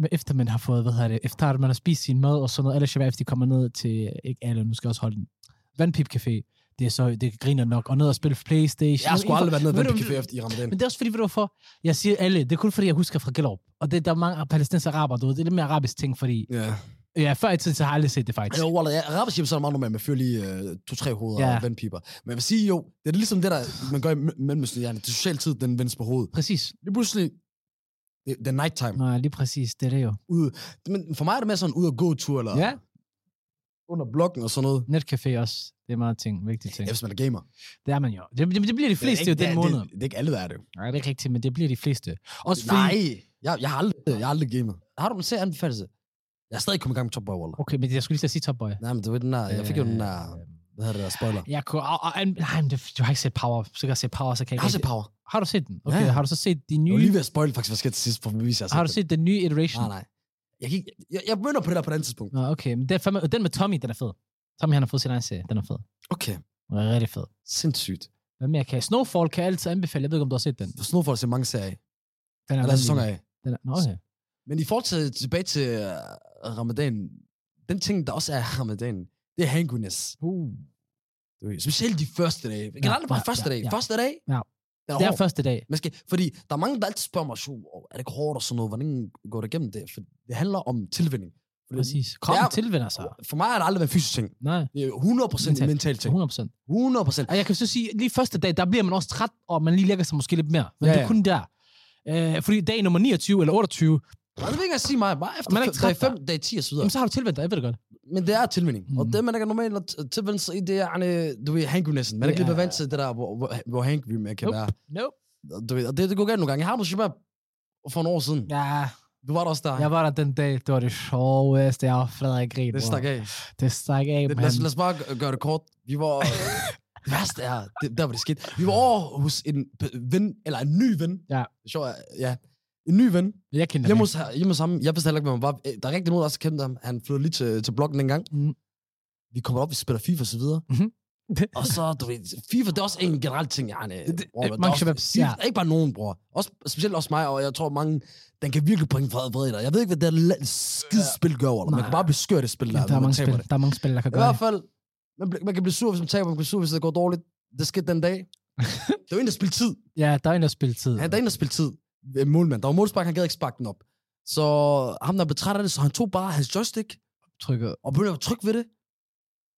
med efter man har fået, hvad hedder det, efter at man har spist sin mad og sådan noget, alle shababs, de kommer ned til, ikke alle, nu skal jeg også holde den, vandpipcafé. Det er så, det griner nok, og ned og spille Playstation.
Jeg har sgu aldrig været nede i
Ved
den
du-
café efter i Ramadan.
men det er også fordi, ved du hvorfor? Jeg siger alle, det er kun fordi, jeg husker fra Gellerup. Og det, der er mange palæstinenser araber, du ved, det er lidt mere arabisk ting, fordi
Ja.
ja, før i tiden, så har jeg aldrig set det faktisk.
Jo, Wallah, ja, araberchips er meget normalt med at fyre lige øh, to-tre hoveder
Ja.
og vandpiber. Men jeg vil sige jo, det er ligesom det, der man gør i me- Mellemøsten, ja, det er social tid, den vendes på hovedet.
Præcis.
Det er pludselig, det, det er nighttime.
Nej, lige præcis, det er det jo.
Ude. Men for mig er det mere sådan ud og gå tur, eller
Ja,
under blokken og sådan noget.
netcafé også. Det er meget ting, vigtige ting.
Ja, hvis man er gamer.
Det er man jo. Det, det, det bliver de
Det er
fleste
ikke-
jo den
det, er-
måned.
Det, det, er ikke alle, der er det. jo.
Nej, det er ikke rigtigt, men det bliver de fleste. Også fordi,
Nej, jeg, jeg, har aldrig, jeg har aldrig gamet. Har du en serie anbefaling? Jeg er stadig kommet i gang med Top Boy, Wallah.
Okay, men jeg skulle lige til at sige Top Boy.
Nej, men det var den der, jeg fik jo den der, hvad hedder det der, spoiler.
Øh, Jeg kunne, og, og, an- nej, men det, du har ikke set Power. Så kan jeg se Power, så kan jeg
Jeg
ikke
har set
rigtig-
Power.
Har du set den? Okay,
Ja.
har du så set de
Jeg
nye...
var lige ved at spoil faktisk, hvad der sker til sidst, for hvis jeg har set
Har du
den.
set den nye iteration?
Nej, nej. Jeg, gik, jeg, jeg begynder på det der på et andet tidspunkt.
Nå, okay. Men det er fandme, den med Tommy, den er fed. Tommy, han har fået sin egen serie. Den er fed.
Okay,
Den er rigtig fed.
sindssygt.
Hvad mere kan jeg? Snowfall kan jeg altid anbefale. Jeg ved ikke, om du har set den.
For Snowfall ser mange serier af.
Den er
Eller
vanvittig.
sæsoner af.
Den er, nå, okay.
Men i forhold til, tilbage til uh, ramadan, den ting, der også er i ramadan, det er hangriness.
Uh.
Du ved, Specielt de første dage. Generelt bare
ja,
første
ja,
dag.
ja.
Første dag,
Ja.
den er
Det er
hård.
første dag.
Man skal, fordi der er mange, der altid spørger mig, "Sjo, er det ikke hårdt og sådan noget? Hvordan går det igennem det? For det handler om tilvinding.
Præcis. Kroppen
Det er-
tilvender sig.
For mig har det aldrig været en fysisk ting.
Nej,
Det er 100% en
Mentalt.
mental ting.
100 procent.
100%.
Og jeg kan så sige, lige første dag, der bliver man også træt, og man lige lægger sig måske lidt mere. Men
Ja,
det er
ja.
kun der. Øh, fordi dag nummer 29 eller 28,
Nej, det vil jeg ikke engang sige mig. Bare efter
Man er ikke
f- dag
træt,
5, dag 10 og så videre.
jamen, så har du tilvendt dig, jeg ved det godt.
Men det er tilvinding. Mm. Og
Mm.
det, man ikke er normalt at tilvinde sig i, det er, øh, du ved, hangriness. Man er
Det
ikke lige
er-
blevet vant til det der, hvor, hvor, hvor hangry man kan
Nope.
være.
Nope.
Og Du ved, og det, det går galt nogle gange. Jeg har måske bare for nogle år siden. Ja.
Ja,
Du var der også der.
jeg var der den dag, det var det sjoveste, jeg var Frederik Grin.
det stak af.
Det stak af,
Det,
mand.
lad, os, lad os bare gø- gøre det kort. Vi var... det værste er, det, der var det sket. Vi var over hos en p- ven, eller en ny ven.
Ja.
Det sjove er, ja. En ny ven.
Jeg kender
Hjemme
det.
hos, hjemme hos ham, jeg vidste heller ikke, hvem han var. Øh, Der er rigtig nogen, der også kendte ham. Han flyttede lige til, til blokken dengang.
Mm.
Vi kommer op, vi spiller FIFA og så videre.
Mhm.
og så, du ved, FIFA, det er også en generel ting, jeg har. øh,
Det-
bror,
øh,
men der
mange
er også-
shababs,
FIFA, ja. ikke bare nogen, bror. Også, specielt også mig, og jeg tror mange, den kan virkelig bringe fred fred i dig. Jeg ved ikke, hvad det der la- skidespil gør, eller. Man
Nej.
kan bare blive skør i det spil,
Ja,
der,
der, er
når man
mange
taber
spil,
det.
der er mange spil, der kan
I
gøre
hvert
det.
fald, man, bl- man kan blive sur, hvis man taber, man kan blive sur, hvis det går dårligt. Det skete den dag. det var en, der spildte tid.
Ja, der er en, der spiller tid.
Han, der er en, der spildte tid. Øh, Målmand. Der var målspark, han gad ikke sparke den op. Så ham, der betrætter det, så han tog bare hans joystick
trykker.
og begyndte at trykke ved det.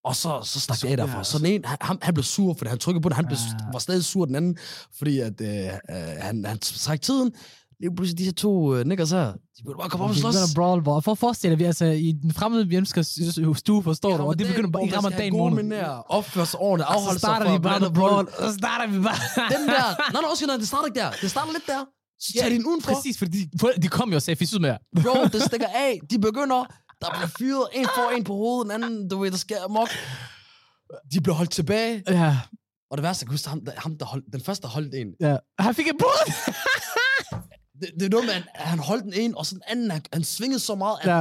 Og så, så stak
Så-
jeg af derfra.
Altså, ja,
Så den ene, han, ham- han blev sur, fordi han trykkede på det. Han blev,
Ja.
var stadig sur den anden, fordi at, øh, øh, han, han trak tiden. Lige pludselig de her to øh, nikker så de begyndte bare at komme op og
Vi
slås.
begynder at brawl, hvor for at forestille jer, vi er altså i den fremmede menneskers stue, forstår du, og det begynder bare i ramadan måned.
Opføre sig ordentligt,
Og så
afholde sig
starter
fra
vi
at
bare
blande
the
bolden.
brawl, og så starter vi bare.
den der... Nej, nej, undskyld, nej, det starter ikke der. Det starter lidt der. Så tager
Ja,
yeah, de den udenfor.
Præcis, fordi de, for, de kom jo og sagde, fisk ud med jer.
Bro, det stikker af. De begynder. Der bliver fyret. En får en på hovedet. En anden, du ved, der sker amok. De bliver holdt tilbage.
Ja,
Og det værste, jeg kan huske, ham, der, ham, der holdt, den første, der holdt en.
ja. Han fik et brud!
Det, det er noget med, at han holdt den ene, og så den anden, han, han svingede så meget, at
Ja,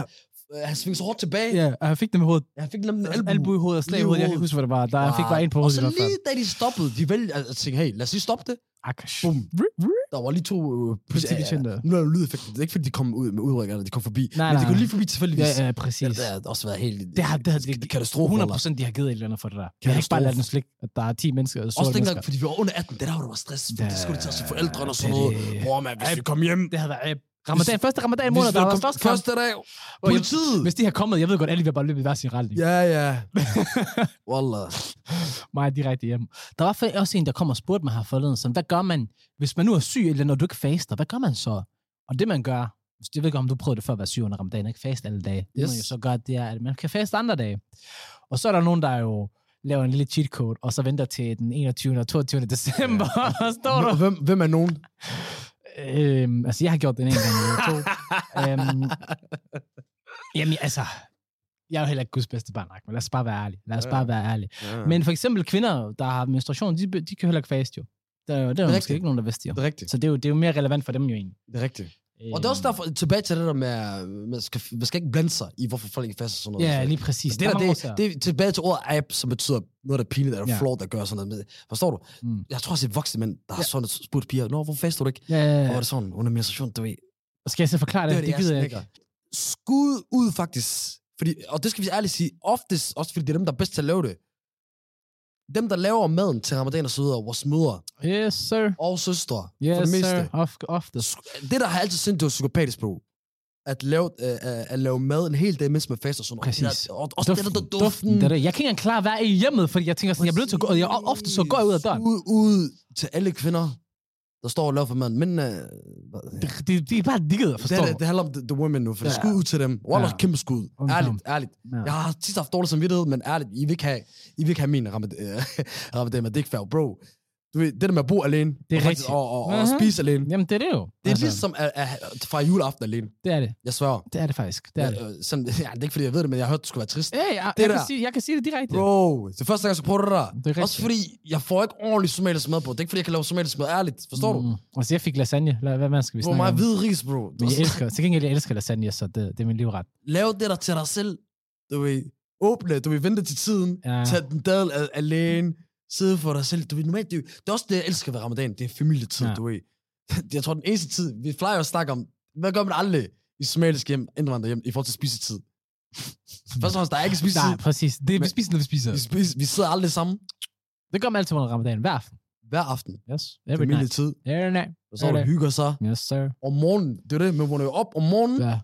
øh, han svingede så hårdt tilbage.
ja, og han fik det med hovedet.
Han fik nemlig en
Albu.
albu.
Albu i hovedet og slag i
Lige i
hovedet. Jeg kan ikke
hovedet.
huske, hvad det var. Der, han fik bare en på
Og
hovedet i
så
hvert fald.
lige da de stoppede, de vælger at tænke, hey, lad os lige stoppe det.
Akash.
Bum.
Ruh, ruh.
Der var lige to... Øh,
Pludselig de kendte.
Nu er der lydeffekter. Det er ikke, fordi de kom ud med udrykker, eller de kom forbi.
Nej,
men de
nej.
kom lige forbi tilfældigvis.
Ja, ja, præcis.
Det har også været helt...
Det har, det har
en katastrofe.
100
eller?
procent, de har givet et eller andet for det der. Jeg kan ikke bare
Katastrofe.
lade den slikke, at der er 10 mennesker. Og
Også
sorte
dengang,
mennesker.
fordi vi var under 18, det der hvor det var stress. Ja,
Ja,
det skulle de tage til forældrene og sådan
det er
noget.
det.
Bror, man, hvis vi kom hjem...
Det havde været øh, ramadan, første ramadan
hvis
måned,
vi
der var
kom-
størst kamp.
Første dag.
Og jeg-
Politiet.
Hvis de har kommet, jeg ved godt, alle vil bare løbe i hver sin retning.
Ja, ja. Wallah.
Mig direkte hjem. Der var faktisk også en, der kom og spurgte mig her forleden, sådan, hvad gør man, hvis man nu er syg, eller når du ikke faster, hvad gør man så? Og det man gør, hvis- jeg ved ikke, om du prøvede det før at være syg under ramadan, ikke faste alle dage. Det yes. man
Yes.
jo så gør, det er, at man kan faste andre dage. Og så er der nogen, der jo laver en lille cheat code, og så venter til den 21. og 22. december, ja. og står der.
Hvem, hvem er nogen?
Øhm, altså, jeg har gjort den en gang eller to. øhm, jamen, altså, jeg er jo heller ikke Guds bedste barn, Ahmed. Lad os bare være ærlige. Lad os
Ja.
bare være ærlige.
Ja.
Men for eksempel kvinder, der har menstruation, de, de kan jo heller ikke faste jo. Der, er jo- der er jo
Rigtigt.
måske ikke nogen, der vidste jo.
det er rigtigt.
Så det er, jo, det er jo mere relevant for dem jo egentlig. Øhm,
Det er rigtigt. Og det er også derfor, tilbage til det der med, at man skal, man skal ikke blande sig i, hvorfor folk ikke faster sådan noget.
Ja, lige præcis.
altså.
Der
det, der,
er mange årsager.
det, det er tilbage til ordet app, som betyder noget, der er pinligt, eller
Ja.
ja. flot, der gør sådan noget. med. Forstår du?
Mm.
Jeg tror også, det er voksne mænd, der har
Ja.
sådan et spurgt piger, Nå, hvorfor faster du ikke?
Ja, ja,
Og
ja.
er det sådan, under menstruation, du ved.
Og skal jeg så forklare det? Det, det gider jeg ikke.
Skud ud, faktisk. Fordi, og det skal vi ærligt sige, oftest, også fordi det er dem, der er bedst til at lave det. Dem, der laver maden til ramadan og så videre, vores mødre
Yes, sir.
og søstre,
Yes,
for det meste.
sir. Of, ofte.
Det, der har altid syntes, det var psykopatisk, bro. At lave, øh, øh, at lave mad en hel dag, mens man faster og sådan noget.
Præcis.
Og, det der- og også duften, det der, der duften.
det er det. Jeg kan ikke engang klare at være i hjemmet, fordi jeg tænker sådan, jeg bliver nødt til at gå, og jeg, ofte så går jeg ud af døren.
Ud, ud til alle kvinder, der står og laver for mad. Men øh, hvad-
Det, det, det er bare digget,
det,
forstår
her,
du?
det, det, handler om the, the women nu, for
Ja.
ja. skud ud til dem. Wallah,
Ja.
ja. kæmpe skud.
Ungdom.
Ærligt, ærligt.
Ja.
Jeg har tit haft dårlig samvittighed, men ærligt, I vil ikke have, I vil ikke have min ramad- øh, ramadan med dick fag, bro. Du ved, det der med at bo alene,
Det er
og, faktisk-
rigtigt.
og, og, og
Mhm.
spise alene,
Jamen, det er det jo. Altså,
det er ligesom at, at, fra juleaften alene.
det er det.
Jeg sværger.
Det er det faktisk. Det er det.
Ja, øh, sådan, ja, det er ikke fordi, jeg ved det, men jeg har hørt, det skulle være trist.
Hey, jeg,
Det
jeg, kan
der.
sige, jeg kan sige det direkte.
Bro, det er første gang, jeg skal prøve det der.
Det er
Også fordi, jeg får ikke ordentlig somalisk mad på. Det er ikke fordi, jeg kan lave somalisk mad ærligt. Forstår mm. du?
Mm. Altså, jeg fik lasagne. Lad, hvad man skal vi
Hvor
snakke
meget
om?
hvid ris, bro.
Men jeg elsker, til gengæld, jeg elsker lasagne, så det, det er min livret.
Lav det der til dig selv. Du ved, åbne, du vil vente til tiden.
Ja.
Tag den dadel al- alene. Sidde for dig selv. Du ved, normalt, det, er jo- det er også det, jeg elsker ved ramadan. Det er familietid,
Ja.
ja. du ved. Jeg tror, den eneste tid, vi plejer jo at snakke om, hvad gør man aldrig i somalisk hjem, indvandrerhjem, i forhold til spisetid? Først og fremmest, der er ikke
Nej,
spisetid.
præcis. Det, vi
Men-
spiser, når vi spiser.
Vi, spiser, vi sidder aldrig sammen
Det gør man altid under ramadagen. Hver aften.
hver aften.
Yes. Every night.
Familietid.
Every night.
Og så
Eller-
hygger sig.
Yes, sir.
om morgenen. Det er det, man vågner jo op om morgenen, ja.
Ja.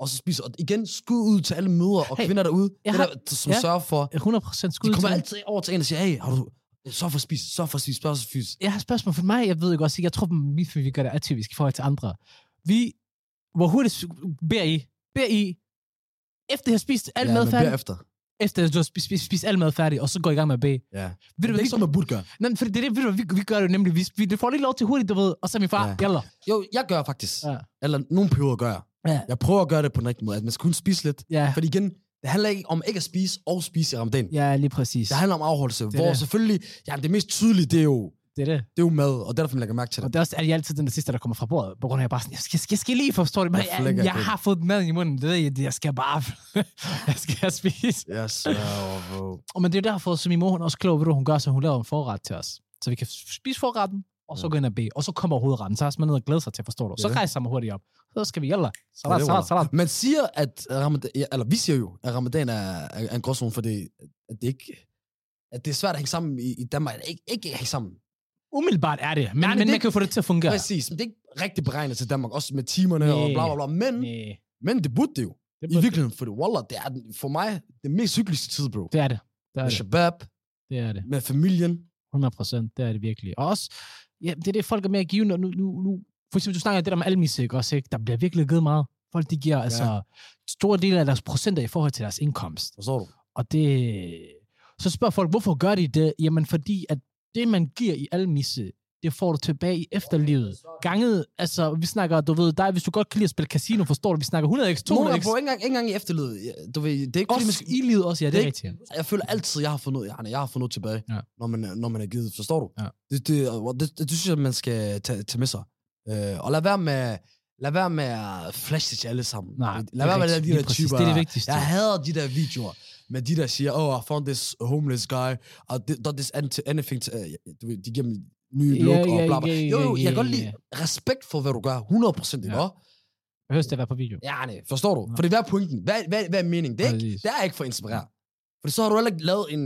og så spiser. Og igen, skud ud til alle mødre og
Hey,
hey, kvinder derude,
jeg
det
har-
der, som
ja.
ja. sørger for.
100% skud
De kommer
til-
altid over til en og siger, hey, har du så for at spise, så for at spise, spørg for at spise.
jeg har et spørgsmål for mig. Jeg ved ikke også, jeg tror, vi, vi gør det atypisk i forhold til andre. Vi, hvor hurtigt beder I, beder I, efter jeg har spist al mad
man
færdig,
beder efter.
efter du har spist, spist, spist al mad færdig, og så går I i gang med at bede.
Ja.
Ved
Det
du,
er
hvad, vi,
ikke som man burde gøre.
nej, men for det, er det, ved du, hvad, vi, vi gør det jo nemlig, vi, vi det får lige lov til hurtigt, du ved, og så er min far, ja.
Ja.
jalla.
Jo, jeg gør faktisk.
Ja.
Ja. Eller nogle perioder gør jeg.
Ja.
Jeg prøver at gøre det på den rigtige måde, at man skal kun spise lidt.
Ja,
Fordi igen, det handler ikke om ikke at spise og spise i ramadan. Ja.
ja lige præcis.
Det handler om afholdelse,
er
hvor
det.
selvfølgelig, ja, det mest tydelige, det er jo,
Det er det.
det er jo mad, og det er derfor, man lægger mærke til
Og
det.
det er også er det altid den der sidste, der kommer fra bordet, på grund af, at jeg bare sådan, jeg skal, skal, skal lige forstå det, men
Jeg
jeg,
flækker
jeg, jeg
det.
har fået maden i munden, det ved jeg, jeg skal bare, jeg skal spise.
Jeg sværger, bro.
Og men det er derfor, som min mor, hun er også klog, ved du, hun gør, så hun laver en forret til os. Så vi kan spise forretten, og så
Ja.
gå ind og bede. Og så kommer hovedretten, så har man ned og glæder sig til, forstår du. Så
Ja.
rejser man hurtigt op. Så skal vi jalla.
Ja,
Salat,
det var
salat,
der.
salat.
Man siger, at ramadan, ja, eller vi siger jo, at ramadan er, er er en gråzone, fordi at det, ikke, at det er svært at hænge sammen i, i Danmark. Ikke, ikke hænge sammen.
Umiddelbart er det, men,
Nej,
Nej, men
men det-
man kan jo få det til at
Ja.
fungere.
Præcis, men det er ikke rigtig beregnet til Danmark, også med timerne og
Nej.
bla bla bla. Men,
Næh,
men det burde det jo.
det,
I
burde-
virkeligheden, for det, wallah, det er den- for mig det mest cykliske tid, bro.
det er det. Det er
Med
det.
shabab,
det er det.
med familien.
100 procent, det er det virkelig. Og også, ja, det er det, folk er mere givende. og Nu, nu, nu, for eksempel, du snakker om det der med almisik også, ikke? Der bliver virkelig givet meget. Folk, de giver ja. altså store dele af deres procenter i forhold til deres indkomst.
Forstår du?
Og det... Så spørger folk, hvorfor gør de det? Jamen fordi, at det, man giver i almisse, det får du tilbage i efterlivet. Ganget, altså, vi snakker, du ved dig, hvis du godt kan lide at spille casino, forstår du, vi snakker 100x,
Nogle er på
200x.
ikke engang, ikke engang i efterlivet. Ja, Du ved, det er ikke fordi, man
Også
skal,
i livet også, ja, det
det
er
er
rigtigt.
jeg føler altid, jeg har fået noget, jeg, jeg har fået noget tilbage,
Ja.
ja. når, man, når man er givet. Forstår du?
Ja.
Det, det, og det, det, det synes jeg, man skal tage, tage med sig. Øh, og lad være med, lad være med at flashe til alle sammen.
Nej, det
lad
er
være med
rigtigt,
de
lige
der
præcis.
typer.
Det er det vigtigste.
Jeg hader de der videoer med de der siger, oh, I found this homeless guy, og th- not this anti- anything, to, uh, du ved, de giver dem nye
Ja,
look
ja,
og bla bla.
ja, ja,
Jo, jo, jeg
ja,
kan godt
ja,
lide respekt for, hvad du gør, 100%, ikke
Ja.
også?
Jeg hører det være på video.
Ja, nej, forstår du?
Nej.
For det er pointen. Hvad, hvad, hvad er meningen? Det er, ikke,
Præcis.
det er ikke for at inspirere. For så har du heller ikke lavet en,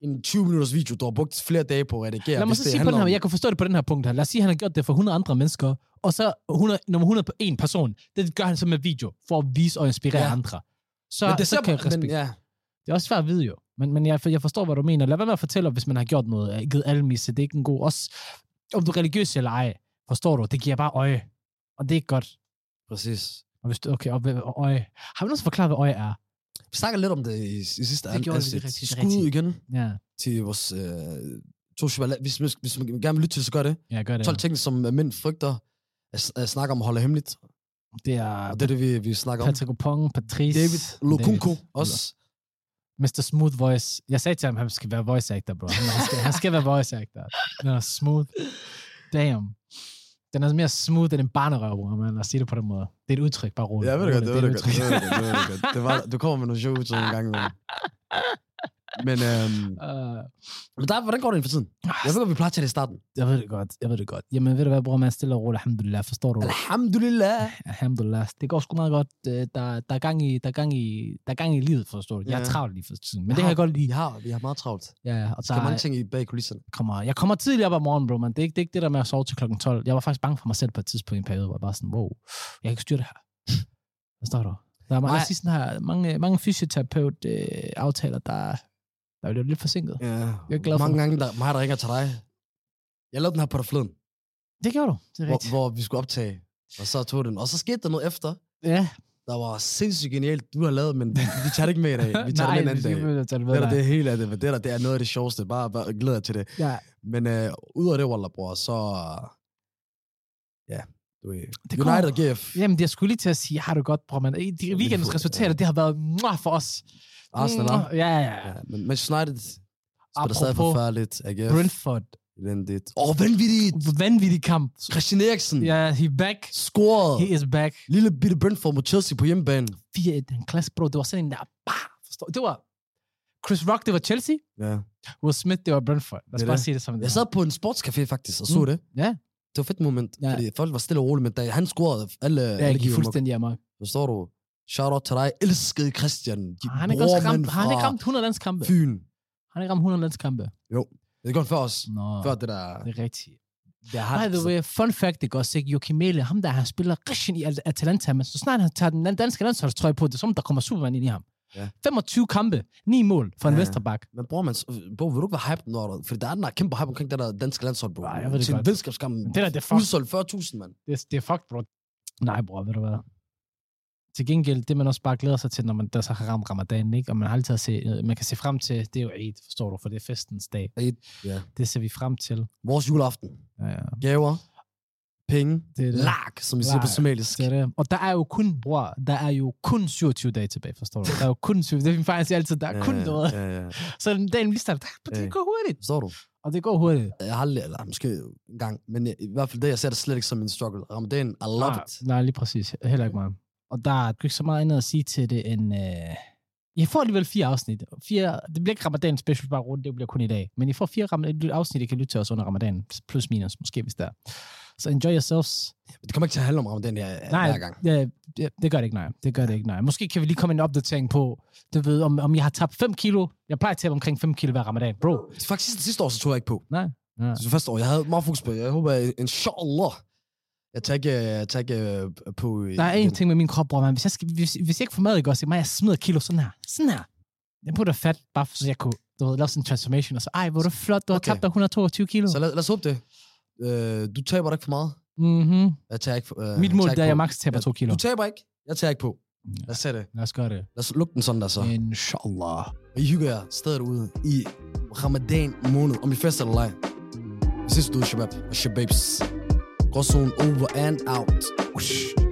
en 20-minutters video, du har brugt flere dage på at redigere.
Lad mig
hvis
så
det
sige på
handler
den her,
om-
jeg kan forstå det på den her punkt her. Lad os sige, at han har gjort det for 100 andre mennesker, og så 100, nummer 100 på en person. Det gør han så med video, for at vise og inspirere
Ja.
andre. Så,
men det er
så,
så,
kan jeg
men,
respektere.
ja,
Det er også svært at vide jo, men, men jeg, jeg forstår, hvad du mener. Lad være med at fortælle, hvis man har gjort noget, øh, givet almisse, det er ikke en god... Også om du er religiøs eller ej, forstår du, det giver bare øje. Og det er ikke godt.
præcis.
Og hvis du, okay, og, hvad- og øje. Har vi nogen forklaret, hvad øje er?
Vi snakkede lidt om det i, i sidste
Det gjorde vi, det er
afsnit.
rigtigt, det er
Skud
rigtigt.
igen
Ja,
til vores øh, to shibala- hvis, man- hvis man gerne vil lytte til, det, så gør det.
ja gør det.
12 ting, som mænd frygter at, s- at snakke om og holde hemmeligt.
Det er
Og det er det, vi, vi snakker om.
Patrick Opong, Patrice.
David Lokunko også.
Mr. Smooth Voice. Jeg sagde til ham, han skal være voice actor, bro. Han, han, skal, han skal være voice actor. Den er smooth. Damn. Den er mere smooth end en barnerøv, bro. Man. Lad os sige det på den måde. Det er et udtryk, bare roligt.
Ja, jeg ved det godt, det ved
er
det
et
godt,
udtryk.
det ved det godt, det ved det godt. Det var, du kommer med nogle sjove udtryk en gang imellem. Men, øhm,
Øh,
men der, hvordan går det ind for tiden? Jeg ved godt, vi plejer til det i starten.
Jeg ved det godt, jeg ved det godt. Jamen ved du hvad, bror, man stille og roligt, alhamdulillah, forstår du?
Alhamdulillah.
Alhamdulillah. Det går sgu meget godt. Øh, Der, der, er gang i, der, er gang i, der er gang i livet, forstår du? Jeg er
Ja.
travlt lige for tiden, men det kan jeg godt
Vi
lide.
har, vi har meget travlt.
Ja, ja, og
Der er
der
mange ting i bag kulisserne.
kommer, jeg kommer tidligt op om morgenen, bro, men det er, ikke, det er ikke det der med at sove til klokken 12. Jeg var faktisk bange for mig selv på et tidspunkt i en periode, hvor jeg bare sådan, wow, jeg kan ikke styre det her. Forstår du? Der er mange,
Nej.
jeg siger sådan her, mange, mange fysioterapeut-aftaler, der, der bliver lidt forsinket.
Ja.
Jeg er glad for
mange gange, der, mig, der ringer til dig. Jeg lavede den her på dig forleden,
Det gjorde du, det er
hvor,
rigtigt.
hvor, vi skulle optage. Og så tog den. Og så skete der noget efter,
ja.
der var sindssygt genialt, du har lavet, men vi tager det ikke med i dag. Vi tager det med en anden dag.
dag.
Det er da det hele af det, men det er da det er noget af det sjoveste. Bare, bare glæder jeg til det.
Ja,
Men øh, udover det, Wallah, bror, så... Ja, du ved.
Det
Det United
kommer-
og GF.
Jamen, jeg skulle lige til at sige, har du godt, bror, men i de- weekendens
får-
resultater, det har været mwah, for os. mm.
Arsenal, hva'?
Mwah. Ja, ja,
Ja,
ja.
men Manchester United spiller stadig
Apropos
forfærdeligt. AGF,
Brentford.
elendigt. Åh, oh, vanvittigt!
Vanvittig kamp.
Christian Eriksen
Ja, he back.
scorede.
He is back.
Lille bitte Brentford mod Chelsea på hjemmebane.
4-1, den klasse, bro. Det var sådan en der, bah, forstår. du? Det var Chris Rock, det var Chelsea.
Ja.
Will Smith, det var Brentford. Lad
Det
os
er
bare
det.
sige det som det
Jeg
var.
sad på en sportscafé faktisk og så
Mm.
det.
Ja.
Det var et fedt moment,
Ja.
fordi folk var stille og roligt, men da han scorede alle,
Ja,
alle
jeg gik
gik fuldstændig.
fuldstændig amok.
Forstår du? Shout out til dig, elskede Christian. Din
Ah, Han er ikke også
bror,
ramt,
mand,
han er ikke
fra
ramt 100 landskampe.
Fyn.
Han er ikke ramt 100 landskampe.
Det går før os.
Nå,
Før det der...
det er rigtigt.
Det altså. har
By the way, fun fact, det går ikke? Joachim Mæle, ham der, han spiller rigtig i Al- Atalanta, men så snart han tager den danske landsholdstrøje på, det er som, om, der kommer Superman ind i ham.
Ja.
25 kampe, 9 mål for en
Ja,
ja.
ja.
Vesterbak.
Men bror, man, bro, vil du ikke være hype, når du... Fordi der er den der kæmpe hype omkring det der danske landshold, bro.
Nej, jeg ved det
Til
godt.
venskabskamp.
Men det der, det er fucked.
Udsolgt 40.000, mand.
Det, er- det er fucked, bro. Nej, bror, ved du hvad? Til gengæld, det man også bare glæder sig til, når man der så har ramt ramadanen, ikke? og man har altid at se, man kan se frem til, det er jo Eid, forstår du, for det er festens dag.
Eid, ja.
Det ser vi frem til.
Vores juleaften.
Ja, ja.
Gaver. Penge.
Det er det.
Lark, som vi siger på
Lark.
somalisk.
Det er det. Og der er jo kun, bror, der er jo kun 27 dage tilbage, forstår du? Der er jo kun 27, det er min far, han siger altid, der er kun noget.
Ja, ja.
Så den dagen lige starter, "Ah,
Ja.
det går hurtigt.
Forstår du?
Og det går hurtigt.
Jeg har aldrig, eller måske en gang, men jeg, i hvert fald det, jeg ser det slet ikke som en struggle. Ramadan, I love
nej,
it.
Ah, nej, lige præcis. Heller ikke mig. Og der er ikke så meget andet at sige til det, end... Øh... I får alligevel fire afsnit. Fire, det bliver ikke ramadan special, bare rundt, det bliver kun i dag. Men I får fire ram- afsnit, I kan lytte til os under ramadan. Plus minus, måske hvis der er. Så enjoy yourselves.
Det kommer ikke til at handle om Ramadan her,
Nej,
hver gang.
det, det, det, gør det ikke, nej. Det gør det ikke, nej. Måske kan vi lige komme en opdatering på, du ved, om, om jeg har tabt 5 kilo. Jeg plejer at tabe omkring 5 kilo hver ramadan. Bro,
Faktisk sidste, sidste år, så tog jeg ikke på.
Nej. Nej.
Det var første år. Jeg havde meget fokus på. Jeg håber, jeg, inshallah, jeg tager ikke, jeg tager ikke øh, på... øh,
Der er
igen.
en ting med min krop, bror, man. Hvis jeg, skal, hvis, hvis jeg ikke får mad, ikke også? Mig, jeg smider kilo sådan her. Sådan her. Jeg putter fat, bare for, så jeg kunne du ved, lave sådan en transformation, og så, ej, hvor er du flot, du har
Okay.
tabt dig 122 kilo.
Så lad, lad os håbe det. Øh, du taber da ikke for meget.
Mm-hmm.
Jeg tager ikke, øh,
Mit mål
tager
det er, at
ikke
jeg
på.
maks taber
Ja,
2 kilo.
Du taber ikke. Jeg tager ikke på. Lad os tage det.
Lad os gøre det.
Lad os lukke den sådan der så.
Inshallah.
Og I hygger jer stadig ude i ramadan måned. Om I fester eller ej. Vi ses derude, shabab og shababs. Gråzonen over and out. Ush.